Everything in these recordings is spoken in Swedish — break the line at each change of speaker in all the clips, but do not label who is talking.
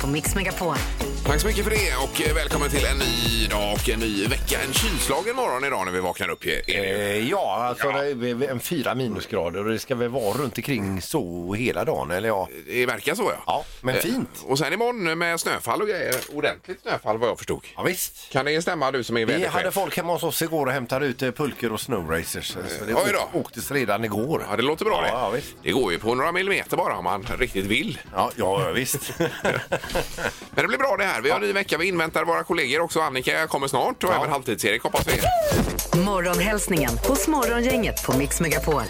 på Mix Megapol.
Tack så mycket för det och eh, välkommen till en ny dag och en ny vecka. En kylslagen morgon idag när vi vaknar upp. Är det ju.
Eh, Ja, alltså
Ja.
det är en fyra minusgrader och det ska väl vara runt omkring så hela dagen eller ja.
Det verkar så ja.
Ja, men
Eh,
fint.
Och sen imorgon med snöfall och grejer. Ordentligt snöfall vad jag förstod.
Ja, visst.
Kan det stämma du som är
Vi
väderchef?
hade folk hemma hos oss igår och hämtade ut eh, pulkor och snowracers. Så det
oj då.
åktes redan igår.
Ja, det låter bra det.
Ja, ja, visst.
Det går ju på några millimeter bara om man riktigt vill.
Ja, ja visst.
Men det blir bra det här. Vi har en ny vecka. Vi inväntar våra kollegor också. Annika kommer snart och även halvtids-Erik hoppas vi.
Morgonhälsningen hos Morgongänget på Mix Megapol.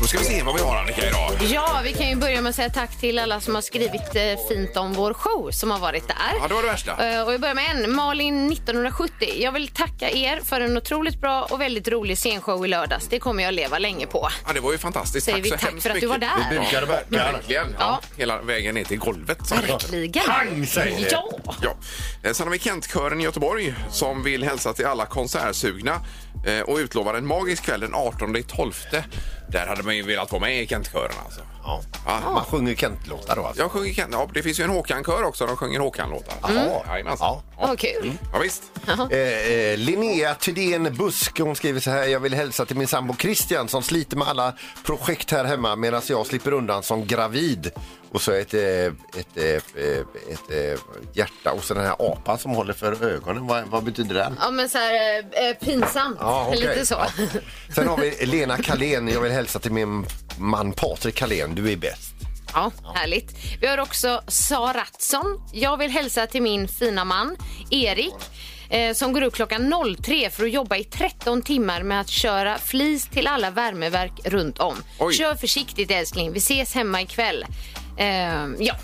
Då ska vi se vad vi har Annika idag.
Ja, vi kan ju börja med att säga tack till alla som har skrivit eh, fint om vår show som har varit där.
Ja, det var det värsta.
Eh, Och jag börjar med en, Malin 1970. Jag vill tacka er för en otroligt bra och väldigt rolig scenshow i lördags. Det kommer jag leva länge på.
Ja, det var ju fantastiskt.
Säger vi
så
tack
hemskt
för att du var
mycket.
där. Vi
bukade
Ja,
verkligen.
verkligen. Ja.
Ja.
Hela vägen ner till golvet. Som det heter.
Ligan.
Pang, säger det.
Ja!
Ja. Eh, Sen har vi Kentkören i Göteborg som vill hälsa till alla konsertsugna eh, och utlovar en magisk kväll den 18 12. Där hade man ju velat vara med i Kentkören alltså.
Ja.
Ja.
Man sjunger Kent-låtar då alltså.
Jag sjunger Kent, ja, det finns ju en Håkan-kör också, de sjunger Håkan-låtar. Mm. Jajamensan.
Ja.
Vad kul.
Ja, visst.
Eh, eh, Linnea Thydén Busk hon skriver så här. Jag vill hälsa till min sambo Christian som sliter med alla projekt här hemma medan jag slipper undan som gravid. Och så ett, eh, ett, eh, eh, ett, eh, hjärta och så den här apan som håller för ögonen. Vad, vad betyder den?
Ja, men så här eh, eh, pinsamt.
Ja, okej.
Lite så.
Ja. Sen har vi Lena Kalén. Jag vill hälsa till min man Patrik Kalén. Du är bäst.
Ja, härligt. Vi har också Saratsson. Jag vill hälsa till min fina man Erik eh, som går upp klockan 03 för att jobba i 13 timmar med att köra flis till alla värmeverk runt om.
Oj.
Kör försiktigt älskling. Vi ses hemma ikväll. Eh, ja,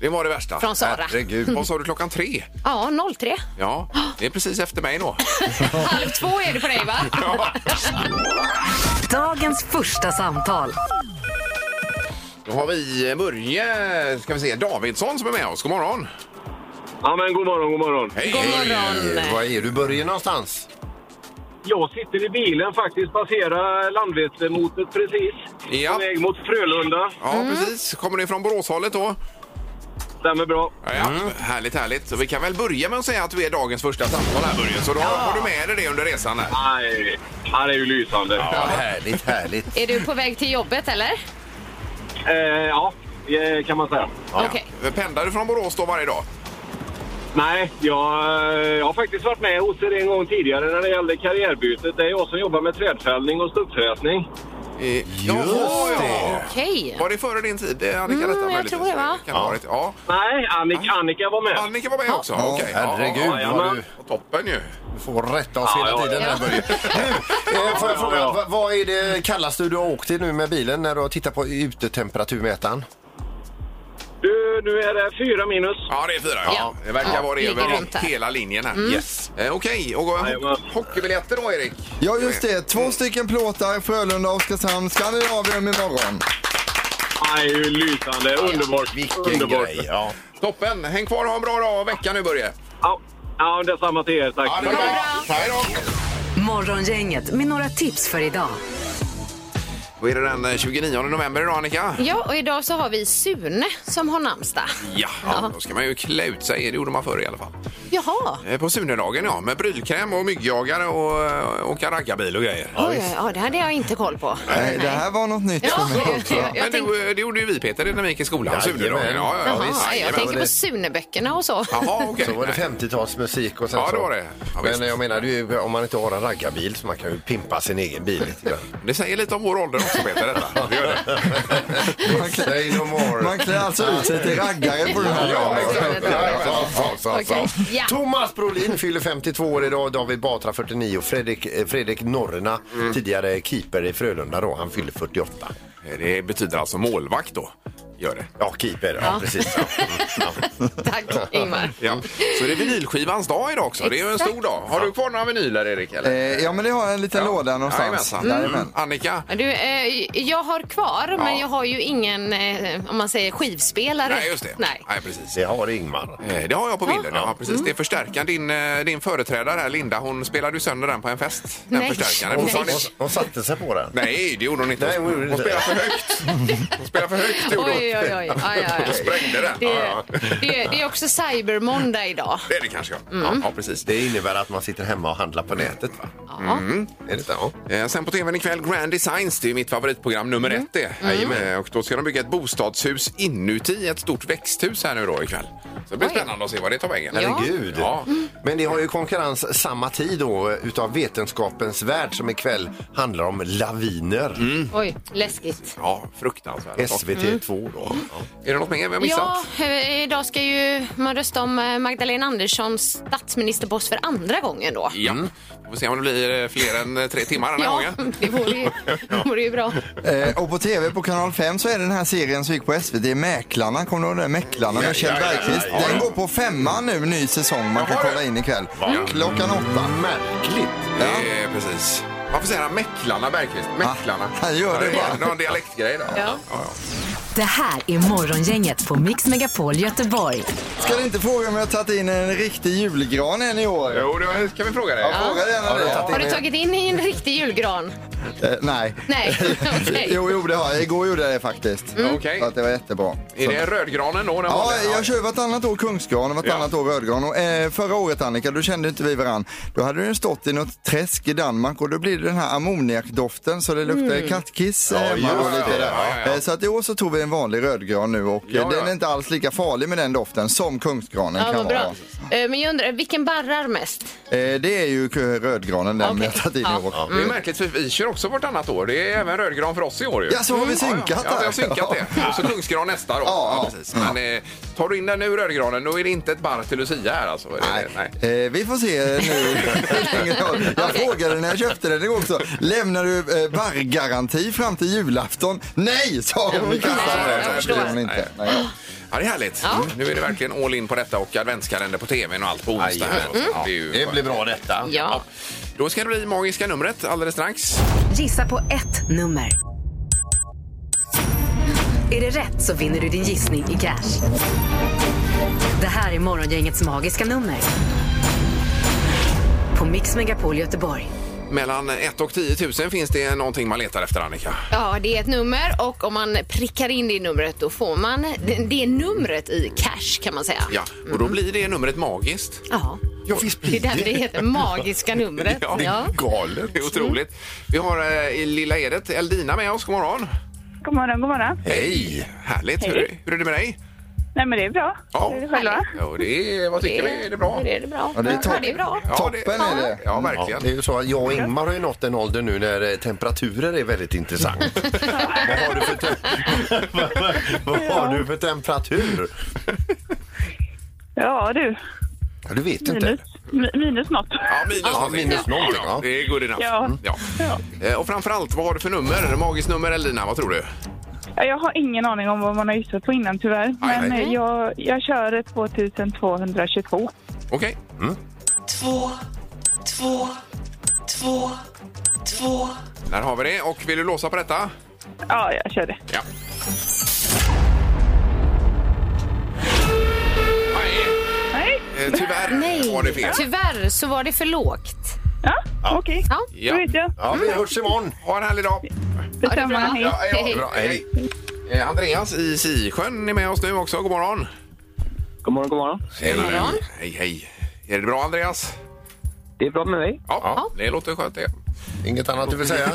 Det var det värsta.
Från Sara.
Herregud. Vad sa du klockan tre?
ja 03.
Ja, det är precis efter mig då.
Halv två är det på dig, va?
Ja.
Dagens första samtal.
Då har vi eh, Börje, ska vi se, Davidsson som är med oss. God morgon!
Ja, men god morgon, god morgon.
Hej!
God morgon.
Eh, Var är du? Börjar någonstans?
Jag sitter i bilen faktiskt, passerar Landvettermotet precis.
Ja.
På väg mot Frölunda.
Ja, precis. Kommer ni från Boråshållet då?
Stämmer bra.
Ja, ja. Härligt, härligt. Så vi kan väl börja med att säga att du är dagens första samtal här Börje, så då har du med dig det under resan här.
Nej, här är ju lysande.
Ja, härligt, härligt.
Är du på väg till jobbet, eller?
Eh, ja eh, kan man säga.
Okej.
Pendlar du från Borås då varje dag?
Nej, jag, eh, jag har faktiskt varit med hos er en gång tidigare när det gällde karriärbytet. Det är jag som jobbar med trädfällning och stubbfräsning.
Jaha, ja.
Okej.
Var det före din tid, eh, Annika?
Mm,
detta,
jag
möjligtvis?
tror det, va?
Kan ha varit. Ja.
Nej, Annika, Annika var med.
Annika var med också? Okej. Ja,
Herregud,
ja,
ja,
vad
men-
du
ja. Toppen ju.
får rätta oss
Ja,
hela
ja,
tiden.
ja.
Här, Börje. Nu, eh, får jag
Ja,
fråga,
ja.
va- vad är det kallaste du har åkt till nu med bilen när du har tittat på utetemperaturmätaren?
Du, nu är det fyra minus.
Ja, det är fyra. Ja.
Ja.
Det verkar
Ja,
vara det
ligger
över
runt Mm. där.
hela linjen här.
Yes.
Eh, Okej, och ho-
Jajamän.
hockeybiljetter då, Erik?
Ja, just det.
Eh,
Två stycken plåtar, Frölunda och Oskarshamn, Skandinavien imorgon.
Nej, det är ju lysande. Underbart.
Vilken
Underbart.
grej! Ja.
Toppen! Häng kvar och ha en bra dag och vecka nu, Börje.
Ja, ja, detsamma till er. Tack.
Ja, det är bra. Hej då!
Morgongänget med några tips för idag.
Då är det den eh, 29 november idag, Annika.
Ja, och idag så har vi Sune som har namnsdag.
Ja, då ska man ju klä ut sig. Det gjorde man förr i alla fall.
Jaha.
Eh, På Sunedagen, ja. Med brylkräm och myggjagare och eh, åka raggarbil och grejer.
Oj, oj, oj, det hade jag inte koll på.
Nej, det här var något nytt
Ja,
för mig
jag,
också.
jag, jag
Men
tänkte,
du, eh, det gjorde ju vi, Peter, när vi gick i skolan.
Jajamän.
Sunedagen. Ja, ja,
jaha,
ja, visst.
jag
Jajamän.
tänker på Suneböckerna och så.
Jaha, okej.
Så var det 50-talsmusik och sen
Ja, det
så-
var det. Ja, visst.
Men jag menar, det är ju, om man inte har en raggarbil så man kan ju pimpa sin egen bil lite grann.
Det säger lite om vår ålder också, Peter. Detta. Det gör det.
Man klär,
Say no more.
man klär alltså ut sig till raggare på den här
Ja,
dagen.
exakt. Ja, så, så, så, så.
Okej, ja.
Thomas Brolin fyller 52 år idag, David Batra 49 och Fredrik, eh, Fredrik Norrena, tidigare keeper i Frölunda då, han fyller 48.
det betyder alltså målvakt då. Gör det.
Ja, keeper. Ja, precis. Ja.
Tack Ingmar.
Ja. Så det är vinylskivans dag idag också. Det är ju en
Exakt.
stor dag. Har du kvar några vinyler, Erik? Eller?
Eh, Ja, men det har jag en liten låda någonstans. Mm.
Jajamensan. Mm. Annika?
Jajamän.
Du, eh, jag har kvar,
Ja.
men jag har ju ingen, eh, om man säger skivspelare.
Nej, just det.
Nej.
precis.
Det har Ingmar.
Eh, Det har jag på bilden. Ja, precis.
Mm.
Det är förstärkaren. Din, eh, din företrädare här, Linda, hon spelade ju sönder den på en fest. Den
Nej.
förstärkaren.
Hon,
Hon sa
hon,
ni-
hon satte sig på den.
Nej, det gjorde hon inte.
Nej, hon
Hon,
gjorde
hon
inte
spelade
det.
för högt. Hon spelade för högt, gjorde
Oj,
hon.
oj, oj, oj, oj. Aj, aj,
Då
aj.
sprängde den.
Det,
Ja, ja.
det, det är också cybermåndag idag.
Det är det kanske, ja.
Mm.
Ja, ja precis.
Det innebär att man sitter hemma och handlar på nätet, va? Är det inte? Ja.
Eh, Sen på tvn ikväll, Grand Designs, det är mitt favoritprogram nummer
Mm.
ett det. Eh, Och då ska de bygga ett bostadshus inuti ett stort växthus här nu då ikväll. Så det blir
Oj.
spännande att se vad det tar vägen.
Ja.
Herregud.
Ja.
Men det har ju konkurrens samma tid då utav Vetenskapens värld som ikväll handlar om laviner.
Mm.
Oj, läskigt.
Ja, fruktansvärt.
SVT2 då.
Är det något mer vi har
Ja,
missat?
eh, idag ska ju man rösta om eh, Magdalena Anderssons statsministerpost för andra gången då.
Ja.
Mm.
Vi får se om det blir eh, fler än eh, tre timmar den här
Ja,
gången.
det vore ju, det vore ju bra.
Eh, och på tv på kanal 5 så är det den här serien som gick på SVT, Mäklarna. Kommer du ihåg den? Mäklarna med Kjell
ja, ja,
Bergqvist.
ja, ja.
Den går på femman nu, ny säsong. Man kan
Jaha,
kolla in ikväll.
Ja.
Klockan åtta.
Märkligt.
Ja. Eh, precis. Varför säger han Mäcklarna Bergqvist? Mäcklarna.
Ah, han gör det
är
bara.
Någon dialektgrej då.
Ja.
Det här är Morgongänget på Mix Megapol Göteborg.
Ska du inte fråga om jag har tagit in en riktig julgran än i år?
Jo, då kan vi fråga dig.
Ja, Fråga gärna det.
Har du tagit in en riktig julgran?
Eh, nej.
Nej, okej.
jo, jo, det har jag. Igår gjorde jag det faktiskt.
Okej.
Så att det var jättebra.
Är det rödgranen då? den
Ja,
vanliga?
jag kör ju vartannat år kungsgran och vartannat år rödgran. Och, eh, förra året Annika, då kände inte vi varann. Då hade den stått i något träsk i Danmark och då blir det den här ammoniakdoften så det luktar kattkiss eh, hemma
just
och lite
det.
där.
Ja, ja, ja.
Eh, Så att i år så tog vi en vanlig rödgran nu och eh,
Ja, ja.
den är inte alls lika farlig med den doften som kungsgranen
Ja,
kan
vad
vara.
bra. Eh, Men jag undrar, vilken barrar mest?
Eh, det är ju k- rödgranen den vi
Okej.
har tagit in
Ja.
i år.
Det är märkligt för vi kör också vartannat år. Det är även rödgran för oss i år ju. Mm.
Ja, så har vi synkat
ja, ja, vi har
där.
synkat det. Och så kungsgran nästa då.
Ja, ja.
precis. Men eh, tar du in den nu rödgranen då är det inte ett barr till Lucia här alltså? Är det-
Nej. Eh, vi får se nu. jag frågade när jag köpte den igår också. Lämnar du eh, barrgaranti fram till julafton? Nej, sa hon. Vi
Nej,
kastar
jag
den.
förstår.
Det gjorde hon inte. Nej.
Ja, det är härligt. Nu är det verkligen all in på detta och adventskalender på tvn och allt på onsdag. här.
Mm.
Ja, det är ju-
Det blir bra detta.
Ja.
Då ska det bli magiska numret alldeles strax.
Gissa på ett nummer. Är det rätt så vinner du din gissning i cash. Det här är Morgongängets magiska nummer. På Mix Megapol Göteborg.
Mellan 1 och 10 000 finns det någonting man letar efter, Annika.
Ja, det är ett nummer och om man prickar in det numret då får man det, det numret i cash kan man säga.
Ja, och då blir det numret magiskt.
Ja. Det är därför det heter magiska numret. Ja.
galet. Det är otroligt. Vi har eh, i Lilla Edet Eldina med oss. God morgon.
God morgon, god morgon.
Hej! Härligt. Hur, är- hur är det med dig?
Nej, men det är bra.
Ja.
Hur är det själva?
Ja, det är, vad tycker vi? Är det bra?
Det är det bra.
Ja, det är topp.
Ja, det är bra.
Ja, det-
Toppen är det.
Mm, Ja,
Ja,
verkligen.
det Mm. är ju så att jag och Ingmar har ju nått en ålder nu när eh, temperaturer är väldigt intressant. vad har du för, te- vad har du för temperatur?
Ja, du.
Ja, du vet inte.
Minus, mi- minus något.
Ja, minus,
Ja,
någonting.
minus någonting, ja.
Det är good enough.
Ja.
Mm, Ja.
Ja.
Eh, Och framförallt, vad har du för nummer? Magiskt nummer Eldina, vad tror du?
Ja, Jag har ingen aning om vad man har gissat på innan tyvärr.
Aj,
Men
aj.
eh, jag, jag kör 2222.
Okej. Mm. Två, två, två, två. Där har vi det. Och vill du låsa på detta?
Ja, jag kör det.
Ja. Nej,
Nej,
eh, tyvärr var det fel.
Tyvärr så var det för lågt.
ja, okej.
Ja.
Då vet jag.
Ja, vi hörs imorgon.
Ha en härlig dag.
Detsamma.
bra.
Hej.
Ja, ja,
Hej.
bra. Hej. Eh, Andreas i Sisjön är med oss nu också. God morgon.
God morgon, god morgon.
Tjena.
God morgon.
Hej, hej. Är det bra, Andreas?
Det är bra med mig.
Ja, det låter skönt det.
Inget annat du vill säga?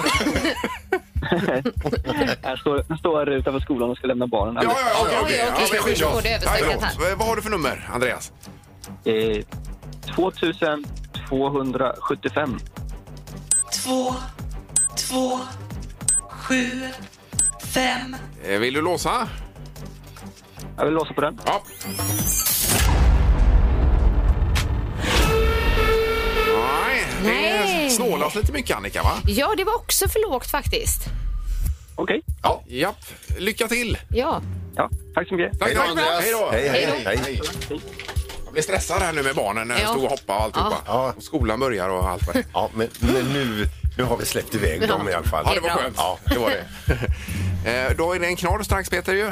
Jag står, jag står här utanför skolan och ska lämna barnen.
Ja, ja, ja.
Oj, oj, okej.
vi skiljer
Vi får
oss.
det överstökat
Ja, ja. Vad har du för nummer, Andreas?
Eh, 2275.
Eh, Vill du låsa?
Jag vill låsa på den.
Ja. Nej, det
Nej.
snålas lite mycket Annika va?
Ja, det var också för lågt faktiskt.
Okej.
Ja. Japp. Lycka till!
Ja.
Ja, tack så mycket.
Tack,
Hej då,
tack.
Andreas.
Hej då!
Hej, hej, hej.
Jag blir stressad här nu med barnen när de
Ja.
stod och hoppade och alltihopa.
Ja.
Och skolan börjar och allt vad det är.
Ja, men, men nu, nu har vi släppt iväg dem i alla fall.
Ja, det var
bra.
skönt.
Ja.
det var det. Eh, Då är det en knorr strax Peter ju,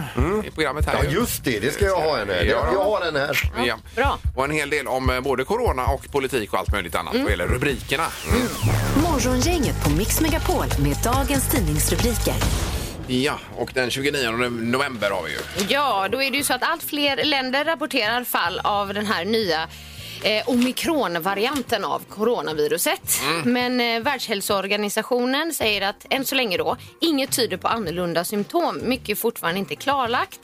i programmet här.
Mm. Ja,
ju.
just det. Det ska jag ha henne. Jag, jag har den här.
Ja.
Bra.
Och en hel del om eh, både corona och politik och allt möjligt annat vad gäller rubrikerna.
Morgongänget på Mix Megapol med dagens tidningsrubriker.
Ja, och den 29 november har vi ju.
Ja, då är det ju så att allt fler länder rapporterar fall av den här nya Eh, omikronvarianten av coronaviruset. Men eh, Världshälsoorganisationen säger att än så länge då, inget tyder på annorlunda symptom. Mycket är fortfarande inte klarlagt.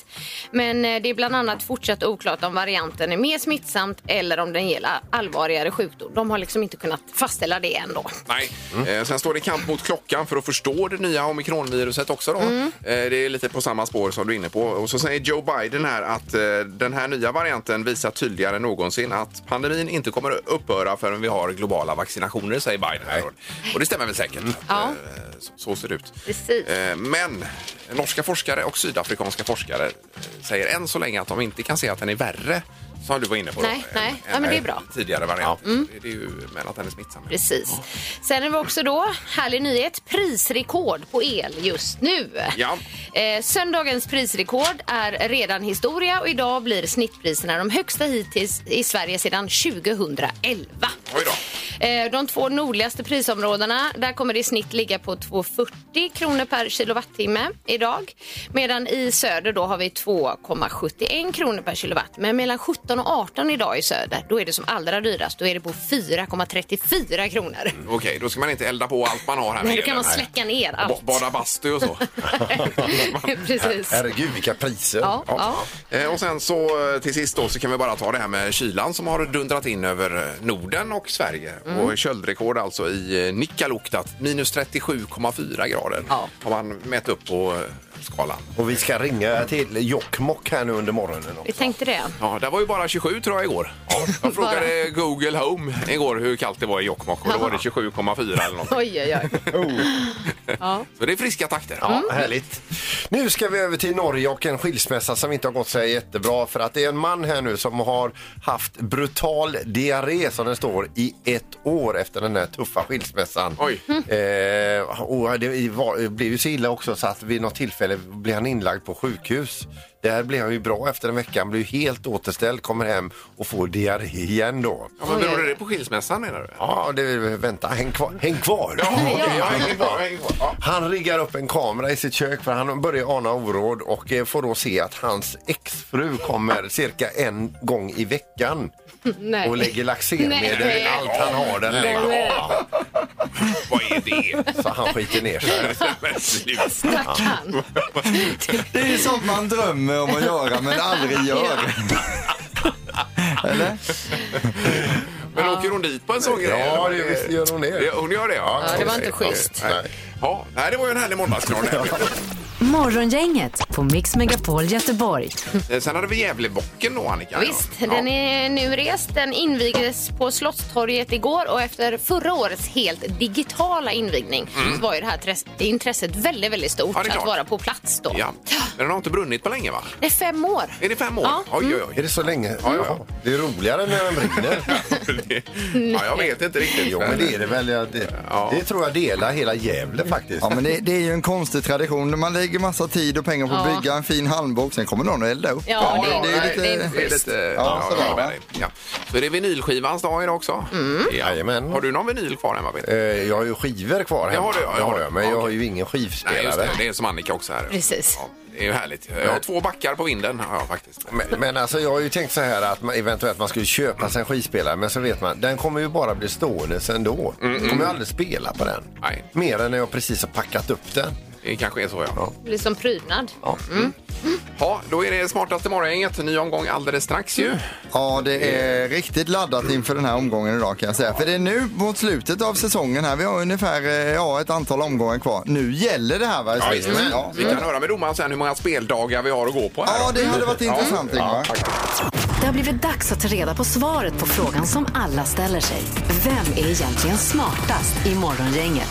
Men eh, det är bland annat fortsatt oklart om varianten är mer smittsamt eller om den ger allvarligare sjukdom. De har liksom inte kunnat fastställa det än då.
Nej. Eh, sen står det kamp mot klockan för att förstå det nya omikronviruset också. Då.
Mm.
Eh, det är lite på samma spår som du är inne på. Och så säger Joe Biden här att eh, den här nya varianten visar tydligare än någonsin att pandemin inte kommer att upphöra förrän vi har globala vaccinationer, säger Biden. Här. Och det stämmer väl säkert.
Mm. Ja.
Eh, så, så ser det ut.
Precis.
Eh, men norska forskare och sydafrikanska forskare eh, säger än så länge att de inte kan se att den är värre som du var inne på. då,
Nej,
än-
nej. Ja,
än
men det är
en
bra. Mm.
Tidigare variant. Det, det är ju, men att den är smittsam.
Precis. Sen är vi också då, härlig nyhet, prisrekord på el just nu.
Ja.
Eh, söndagens prisrekord är redan historia och idag blir snittpriserna de högsta hittills i Sverige sedan 2011.
Oj då.
Eh, De två nordligaste prisområdena, där kommer det i snitt ligga på 2,40 kronor per kilowattimme idag. Medan i söder då har vi 2,71 kronor per kilowatt. Men mellan 17 och 18 idag i söder, då är det som allra dyrast. Då är det på 4,34 kronor.
Okej, då ska man inte elda på allt man har här.
Nej,
med
då kan man
elen här.
släcka ner
Ba-
allt.
Bada bastu och så.
Precis.
Herregud, vilka priser.
Ja, ja.
Eh, Och sen så eh, till sist då så kan vi bara ta det här med kylan som har dundrat in över eh, Norden och Sverige.
Mm.
Och köldrekord alltså i eh, Nikkaluokta, minus 37,4 grader
Ja.
har man mätt upp på eh, skalan.
Och vi ska ringa till Jokkmokk här nu under morgonen.
Vi
Också.
tänkte det.
Ja, det var ju bara 27 tror jag igår. Jag frågade Google Home igår hur kallt det var i Jokkmokk och då var det 27,4 eller något.
Oj, oj, oj. Ja.
Så det är friska takter.
Mm.
Ja, härligt. Nu ska vi över till Norge och en skilsmässa som inte har gått så här jättebra för att det är en man här nu som har haft brutal diarré som det står i ett år efter den här tuffa skilsmässan.
Oj.
Eh, och det var, det blev ju så illa också så att vid något tillfälle blev han inlagd på sjukhus. Där blev han ju bra efter en vecka, han blev ju helt återställd, kommer hem och får diarré igen då.
Ja, men
Oj, oj,
beror
oj.
det på skilsmässan menar du?
Ja, det, vänta, häng kvar. Häng kvar.
okej, ja, häng kvar, häng kvar. Ja.
Han riggar upp en kamera i sitt kök för han börjar ana oråd och eh, får då se att hans exfru kommer cirka en gång i veckan
Nej.
och lägger laxermedel
Nej.
i allt han har den här gången.
Vad är det?
Så han skiter ner sig.
Men sluta.
Stackarn.
Det är sånt man drömmer om att göra men aldrig gör. Eller?
Men åker hon dit på en sån grej?
Ja, det visst gör hon det.
Ja, Hon gör det, ja.
Ja, det var inte schysst.
Nej. Ja, nej, det var ju en härlig måndagsknorr.
Morgongänget på Mix Megapol Göteborg.
Eh, Sen hade vi Gävlebocken då, Annika.
Visst,
Ja.
den är nu rest. Den invigdes på Slottstorget igår och efter förra årets helt digitala invigning så var ju det här tres- intresset väldigt, väldigt stort
Mm. Ja, det är
att
klart.
vara på plats då.
Ja. Men den har inte brunnit på länge, va?
Det är fem år.
Är det fem år?
Ja.
Oj, oj,
Är
oj.
det så länge?
Ja, ja.
Det är roligare när den brinner.
Mm.
ja, jag vet inte riktigt.
Jo, men det är det väl. Ja, Det,
Ja.
det tror jag delar hela Gävle faktiskt.
Ja, men det, det är ju en konstig tradition. Man lägger massa tid och pengar på att
Ja.
bygga en fin halmbox, sen kommer någon och elda upp.
Ja, det-
det, är
nej,
lite...
det är inte
Det är lite...
Ja, så var det.
ja. Så är det vinylskivans dag idag också.
Mm.
Jajamän.
Har du någon vinyl kvar hemma? Peter?
Eh, Jag har ju skivor kvar hemma.
Ja, har du, ja,
Det
har du.
jag, men jag
Okej.
har ju ingen
Nej,
skivspelare.
just det. Det är som Annika också här.
Precis.
Ja, det är ju härligt. Jag har två backar på vinden har jag faktiskt.
Men, men alltså jag har ju tänkt så här att man, eventuellt man skulle köpa sig en skivspelare men så vet man den kommer ju bara bli stående sen då. Jag kommer ju aldrig spela på den.
Nej.
Mer än när jag precis har packat upp den.
Det kanske är så, ja.
Det blir som prydnad.
Ja, då är det smartaste morgongänget. Ny omgång alldeles strax ju.
Ja, det är riktigt laddat inför den här omgången idag kan jag säga. För det är nu mot slutet av säsongen här. Vi har ungefär eh, ja, ett antal omgångar kvar. Nu gäller det här va? Ja, ja.
Mm. Vi kan höra med domaren sen hur många speldagar vi har att gå på. Här
ja
då.
det hade varit intressant Ingvar.
Det har blivit dags att ta reda på svaret på frågan som alla ställer sig. Vem är egentligen smartast i Morgongänget?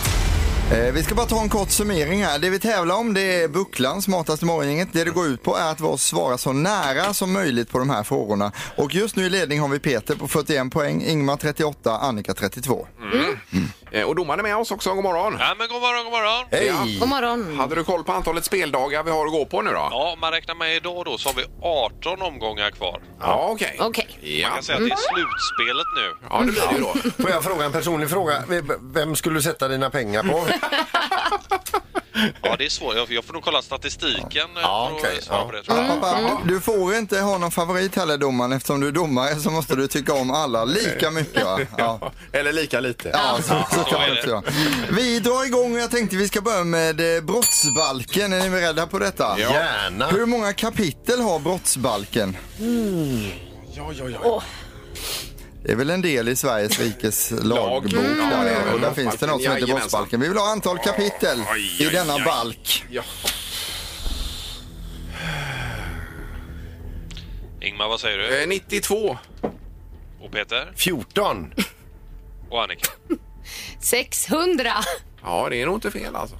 Eh, Vi ska bara ta en kort summering här. Det vi tävlar om det är bucklan, smartaste morgongänget. Det det går ut på är att vara svara så nära som möjligt på de här frågorna. Och just nu i ledning har vi Peter på 41 poäng, Ingmar 38, Annika 32.
Eh, Och domaren är med oss också. God morgon.
Ja, men god morgon, god morgon.
Hej!
God morgon.
Hade du koll på antalet speldagar vi har att gå på nu då?
Ja, om man räknar med idag då så har vi 18 omgångar kvar.
Ja, okej.
Okej.
Man
Ja.
kan säga
Mm.
att det är slutspelet nu.
ja, det blir det ju då.
Får jag fråga en personlig fråga? Vem skulle du sätta dina pengar på?
Ja, det är svårt. Jag- Jag får nog kolla statistiken eh,
Ja,
för att
okej,
svara
ja.
på det. Tror jag.
Pappa, du får inte ha någon favorit heller domaren eftersom du är domare så måste du tycka om alla lika mycket va? Ja.
Eller lika lite.
Ja, så, så kan
är
man
det.
också göra. Vi drar igång och jag tänkte vi ska börja med eh, brottsbalken. Är ni beredda på detta?
Ja.
Gärna.
Hur många kapitel har brottsbalken?
Mm. Ja, ja, ja.
Det är väl en del i Sveriges rikes lagbok.
Mm. Ja, det är
Där,
det.
och där finns det något som heter
Jajamensan.
brottsbalken. Vi vill ha antal kapitel
Aj,
i
aj,
denna
aj.
balk.
ja.
Ingmar, vad säger du?
Eh, 92.
Och Peter?
14.
Och Annika?
600.
Ja, det är nog inte fel alltså.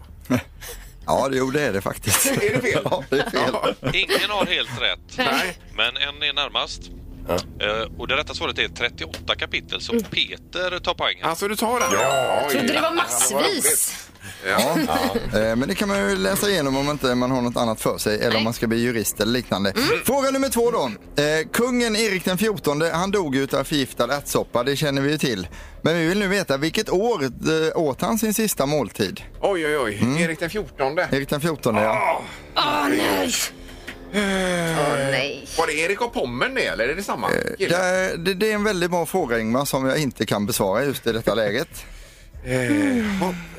Ja, det- jo det är det faktiskt.
Är det fel?
Ja, det är fel.
Ja.
Ingen har helt rätt,
Nej.
men en är närmast. Eh, Och det rätta svaret är 38 kapitel, så Peter tar poängen.
Alltså, du tar den? Ja. Oj.
Trodde det var
vad roligt.
massvis.
Ja.
Eh, Men det kan man ju läsa igenom om inte man har något annat för sig eller om man ska bli jurist eller liknande. Mm. Fråga nummer två då. Eh, Kungen Erik den 14, han dog utav förgiftad ärtsoppa, det känner vi ju till. Men vi vill nu veta vilket år eh, åt han sin sista måltid?
Oj, oj, oj. Erik den 14.
Mm. Erik den 14
Ah,
ja.
Åh nej! Åh nej.
Var det Erik och Pommen det, eller är det samma?
Det
kille?
är, Eh, det, det är en väldigt bra fråga Ingmar som jag inte kan besvara just i detta läget.
Här,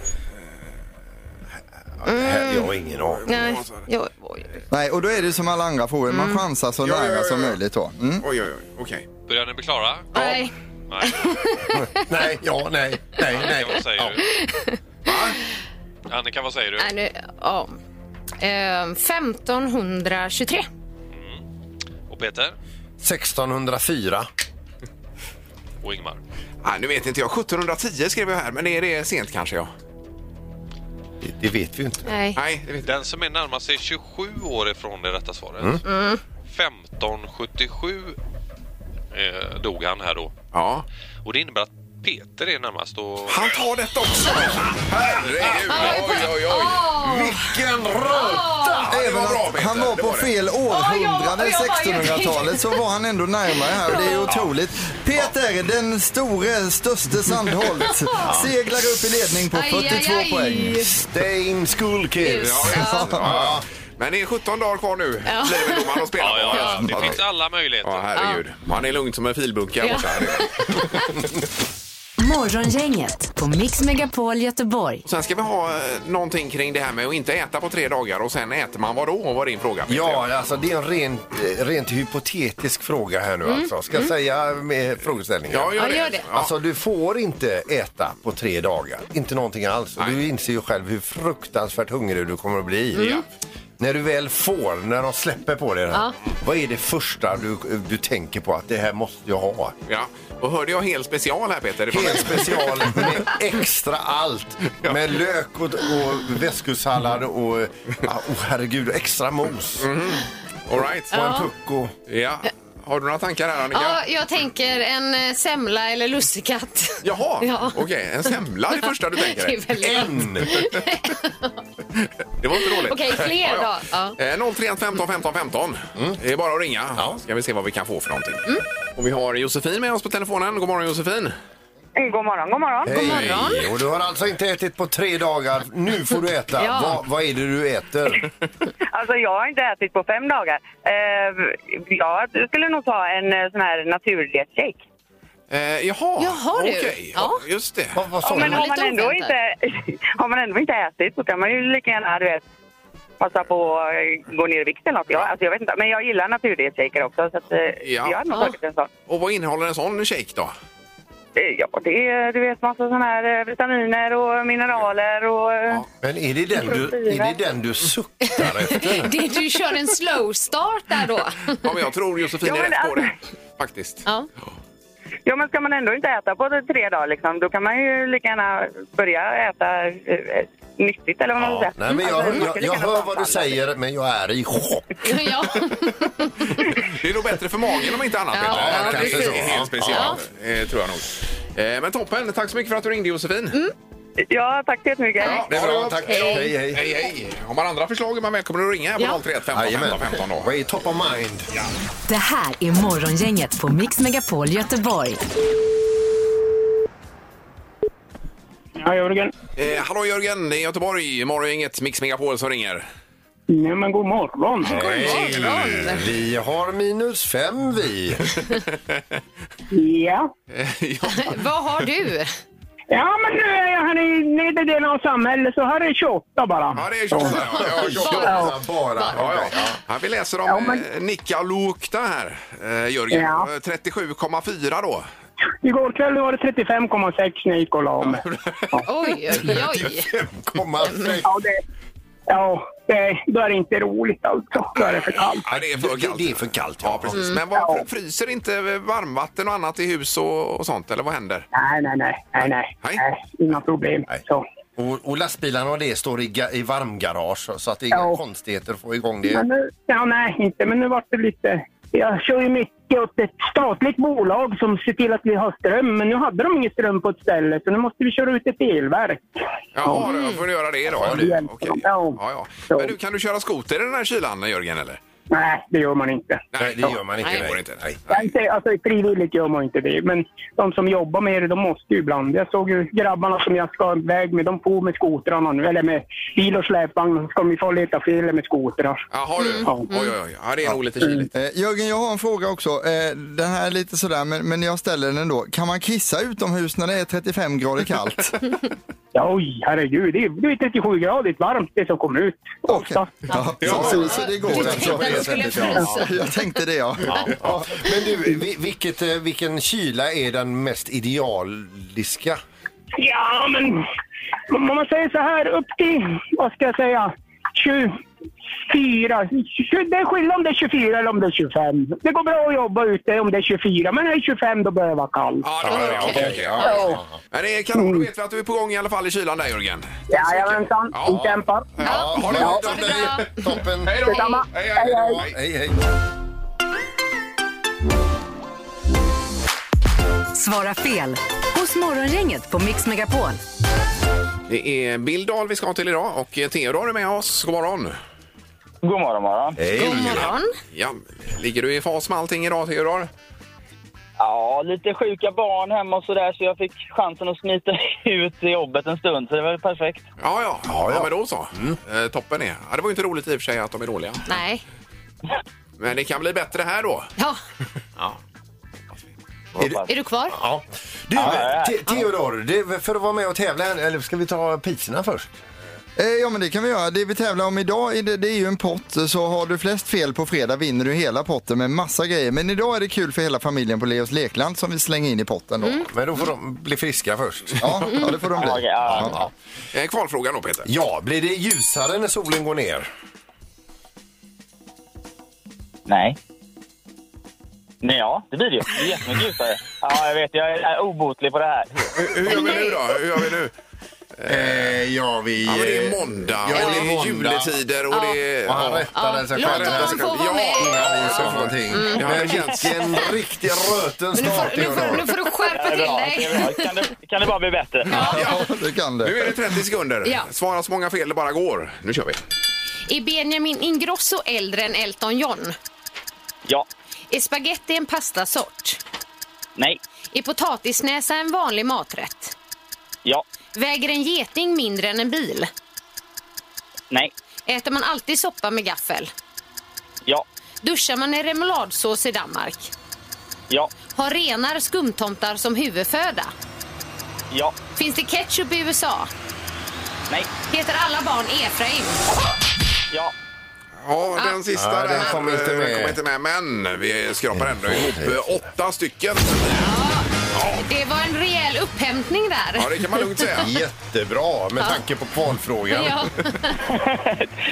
Äh, jag har ingen aning.
nej. Jag, oj.
Nej, och då är det som alla andra frågor, man chansar
Ja,
så
ja,
nära
ja,
som
ja.
möjligt då. Mm.
Oj, oj, oj. Okej.
Börjar ni bli klara?
nej.
Nej.
Nej, ja, nej, nej, nej.
Annika, vad säger
Ja.
du? Annika, vad säger du?
nej nu, ja. Ehm, 1523.
Och Peter?
1604.
Och Ingmar?
Ah, nu vet inte jag. 1710 skrev jag här, men är det sent kanske? Ja.
Det, det vet vi ju inte.
Nej.
Nej, det vet jag
Den som är närmast är 27 år ifrån det rätta svaret.
Mm.
Mm.
1577 eh, dog han här då.
Ja.
Och det innebär att Peter är närmast och...
Han tar detta också! Herregud! Oj, oj, oj!
Vilken röta!
det var bra, Peter.
Han var
Det
på
det.
fel århundrade, 1600-talet, så var han ändå närmare här. Det är otroligt. Peter, den store, störste Sandholt, seglar upp i ledning på 42 poäng.
Stay in school kids.
Ja, just det. Ja, ja. Men det är 17 dagar kvar nu, blir det domaren att spela
Ja, ja, ja.
på.
Det finns alla möjligheter.
Ja, herregud. Han är lugn som en filbunke här borta.
Morgongänget på Mix Megapol Göteborg.
Sen ska vi ha eh, någonting kring det här med att inte äta på tre dagar och sen äter man vad då? var din fråga. Peter.
Ja, alltså det är en rent, eh, rent hypotetisk fråga här nu alltså. Ska jag säga med frågeställningen?
ja, gör
Ja,
det.
gör det.
Ja.
Alltså du får inte äta på tre dagar. Inte någonting alls. Och Du inser ju själv hur fruktansvärt hungrig du kommer att bli. När du väl får, när de släpper på dig, ja. vad är det första du, du tänker på att det här måste jag ha?
Ja. Och hörde jag hel special här Peter? Det var-
Helt special med extra allt. Med lök och, och väskusallad och ja, oh, herregud, extra mos.
All right.
Och en puck och...
Ja. Har du några tankar här Annika?
Ja, jag tänker en eh, semla eller lussekatt.
Jaha,
Ja.
okej. En semla är det första du tänker
Det är
dig.
väldigt bra.
En!
Det var inte dåligt.
Okej, fler då.
Eh, 031 15 15 15.
Mm.
Det är bara att ringa. Ska vi se vad vi kan få för någonting.
Mm.
Och vi har Josefin med oss på telefonen. God morgon Josefin.
Mm, God morgon, god morgon.
Hej! Och du har alltså inte ätit på tre dagar. Nu får du äta.
Ja.
Vad- vad är det du äter?
Alltså jag har inte ätit på fem dagar. Eh, jag skulle nog ta en eh, sån här naturlighetshake.
Eh, jaha,
Jaha, du.
okej. Ja.
Ja.
Just det.
Vad, vad
Ja,
sa
men
du?
har
lite
man, ändå inte,
oväntat.
har man ändå inte ätit så kan man ju lika gärna du vet, passa på att eh, gå ner i vikt eller något. Jag, alltså, jag vet inte, men jag gillar naturlighetsshaker också så att, eh,
Ja.
jag har nog
Ja.
tagit en sån.
Och vad innehåller en sån shake då?
Eh, Ja, det är du vet massa såna här eh, vitaminer och mineraler och... eh,
Men är det den du, är det den du suktar efter?
Det, du kör en slow start där då.
Ja, men jag tror Josefin
Ja,
är
men
rätt på
alltså-
det. Faktiskt.
Ja.
Ja, men ska man ändå inte äta på tre dagar liksom, då kan man ju lika gärna börja äta eh, nyttigt eller vad man
Ja, Mm.
säger.
nej, men
Alltså,
jag,
man ska
jag,
lika
jag
gärna
hör
ta
vad du
allt.
säger, men jag är i chock.
Ja.
Det är nog bättre för magen om inte annat.
Ja,
Peter.
ja,
det
kanske
är
så.
helt
Ja.
speciellt. Eh, tror jag nog. Eh, men toppen. Tack så mycket för att du ringde Josefin.
Ja, tack så jättemycket.
Ja, det är bra. Tack.
Hej, hej.
Hej, hej. Har man andra förslag är man välkommen att ringa här på
Ja.
031 15
Jajamän.
15 15 då.
Vad är top of mind?
Det här är Morgongänget på Mix Megapol Göteborg.
Hej Jörgen.
Eh, hallå Jörgen, det är Göteborg. Imorgon är inget Mix Megapol som ringer.
Nej men god morgon.
Hej! Vi har minus fem vi.
Ja.
Vad har du?
Ja men nu är jag här i nedre delen av samhället så här är 28 bara.
Ja, det är 28. Ja, ja, 28.
Bara, bara.
Ja, ja. Ja, vi läser om
Ja, men-
eh, Nikkaluokta här, eh, Jörgen.
Ja.
Eh, 37,4 då.
Igår kväll var det 35,6 när jag gick och la mig.
Oj, oj, oj.
5,6.
Ja, det, ja det, då är det inte roligt alltså. Då är det för kallt.
Ja, det är för
Det-
kallt.
det är för kallt,
Mm. Ja,
ja.
precis. Men vad, fryser inte varmvatten och annat i hus och, och sånt, eller vad händer?
Nej, nej, nej, nej, nej,
Nej.
nej, inga problem.
Nej.
Så.
Och, och lastbilarna och det står i, ga- i varmgarage så att det är
Ja.
inga konstigheter att få igång det.
Men nu, ja, nej, inte, men nu vart det lite... Jag kör ju mycket åt ett statligt bolag som ser till att vi har ström, men nu hade de ingen ström på ett ställe, så nu måste vi köra ut ett elverk.
Jaha, mm. då får du göra det då. Ja,
det hjälper
Okej.
dem.
Ja,
Ja.
ja. Men du, kan du köra skoter i den här kylan, Jörgen, eller?
Nej, det gör man inte.
Nej, det gör man inte.
Det går
nej.
inte. Nej.
Jag säger, Alltså, frivilligt gör man inte det, men de som jobbar med det, de måste ju ibland. Jag såg ju grabbarna som jag ska iväg med, de får med skotrarna nu, eller med bil och släpvagn, så ska de ju få leta fel med skotrar.
Jaha, du.
Ja.
Oj, oj, oj. Ja, det är nog lite kyligt.
Eh, Jörgen, jag har en fråga också. Eh, den här är lite sådär, men, men jag ställer den ändå. Kan man kissa utomhus när det är 35 grader kallt?
Ja, oj, herregud, det är, det är 37 gradigt varmt det som kommer ut. Ofta.
Ja, så, så, så det går alltså.
Men det skulle frysa.
Jag tänkte det ja.
Ja. Men du, vi- vilket, eh, vilken kyla är den mest idealiska?
Ja, men om man säger så här upp till, vad ska jag säga, 24. 20 Det är skillnad om det är 24 eller om det är 25. Det går bra att jobba ute om det är 24, men är det 25 då börjar det vara kallt.
Ja, det var det. Okej, Mm. okej. Ja, ja, ja. Men det är kanon. Då vet vi att du är på gång i alla fall i kylan där, Jörgen.
Jajamensan,
Ja.
vi kämpar.
Ja, har du
Ja.
hört om dig? Toppen.
Hej då!
Detsamma.
Hej, hej, hej. hej.
Hej, hej.
Svara fel hos Morgongänget på Mix Megapol.
Det är Bill Dahl vi ska till idag och eh, Theodor är med oss. God morgon!
God morgon, morgon.
God morgon.
Ja, ligger du i fas med allting idag Theodor?
Ja, lite sjuka barn hemma och sådär så jag fick chansen att smita ut i jobbet en stund så det var perfekt.
Ja, ja, ja, men då så.
Mm.
Eh, toppen är. Ja, det var ju inte roligt i och för sig att de är dåliga.
Nej.
Men det kan bli bättre här då.
Ja,
Är du-
är du kvar?
Ja. Du, Te- Theodor, det, för att vara med och tävla, här, eller ska vi ta priserna först?
Eh, Ja men det kan vi göra. Det vi tävlar om idag är det, det är ju en pott. Så har du flest fel på fredag vinner du hela potten med massa grejer. Men idag är det kul för hela familjen på Leos Lekland som vi slänger in i potten då.
Men då får de bli friska först.
Ja, ja, det får de bli.
Ja.
Eh, kvalfrågan då Peter.
Ja, blir det ljusare när solen går ner?
Nej. Nej, ja, det blir det ju. Det är jättemycket ljusare. Ja, jag vet. Jag är obotlig på det här.
Hur, hur gör vi nu då? Hur gör vi nu?
Eh, ja, vi...
Ja, men det är måndag
Ja,
och det
det är
är
måndag.
juletider och det är...
Och eh, han
Ja.
rättade sig
Ja,
själv.
låt
här
honom
sekund.
få vara
ja,
med.
innan vi sa någonting.
Mm. Ja,
Men
det känns-
vilken riktig röten
Men nu
start
får, nu, får, nu
Theodor.
får du skärpa till dig.
Kan det, kan det bara bli bättre?
Ja, det kan
Nu
det.
är det 30 sekunder.
Ja.
Svara så många fel det bara går. Nu kör vi.
Är Benjamin Ingrosso äldre än Elton John?
Ja.
Är spaghetti en pastasort?
Nej.
Är potatisnäsa en vanlig maträtt?
Ja.
Väger en geting mindre än en bil?
Nej.
Äter man alltid soppa med gaffel?
Ja.
Duschar man i remouladsås i Danmark?
Ja.
Har renar skumtomtar som huvudföda?
Ja.
Finns det ketchup i USA?
Nej.
Heter alla barn Efraim?
Ja.
Ja, den sista
Ja, den
där,
kom inte
eh,
med. Mm.
kom inte med. Men vi skrapar ändå ihop eh, åtta stycken.
Det var en rejäl upphämtning där.
Ja, det kan man lugnt säga.
Mm. Jättebra med tanke på kvalfrågan.
Ja.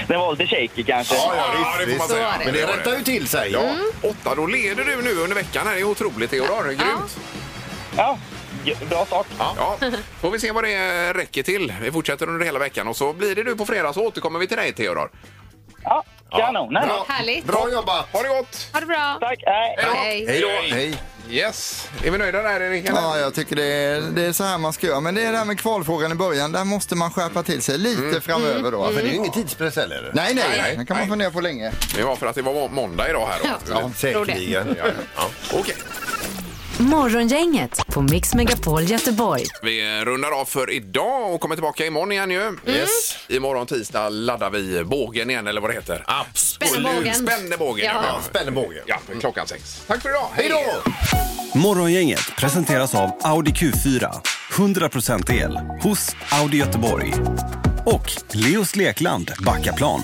Den var lite shaky kanske.
Ja, ja,
Ja,
visst,
det får man
visst.
säga.
det.
Men det rättar ju till sig.
Ja,
Mm.
åtta. Då leder du nu under veckan. här. Det är otroligt, Theodor. Grymt.
ja. Bra start.
Ja. Får vi se vad det räcker till. Vi fortsätter under hela veckan och så blir det du på fredag så återkommer vi till dig, Theodor.
Ja. Kanon.
Bra,
Härligt.
bra jobbat!
Ha det gott!
Ha det bra.
Tack. Hej.
Hej.
Hej då! Hej.
Yes. Är vi nöjda där, Erik? eller?
Ja, jag tycker det är, det är så här man ska göra. Men det är det här med kvalfrågan i början. Där måste man skärpa till sig lite framöver då.
Men det är ju ingen tidspress heller.
Nej, nej,
nej,
den kan man fundera på länge.
Det var för att det var må- måndag idag här. Då.
Ja.
Säkerligen.
Okej.
Morgongänget på Mix Megapol Göteborg.
Vi rundar av för idag och kommer tillbaka imorgon igen ju.
Yes.
Imorgon tisdag laddar vi bågen igen eller vad det heter. Absolut.
Spännebågen.
Spännebågen.
Ja.
Ja.
Spännebåge.
Ja, klockan sex. Tack för idag. Hej då!
Morgongänget presenteras av Audi Q4. 100% el hos Audi Göteborg. Och Leos Lekland Backaplan.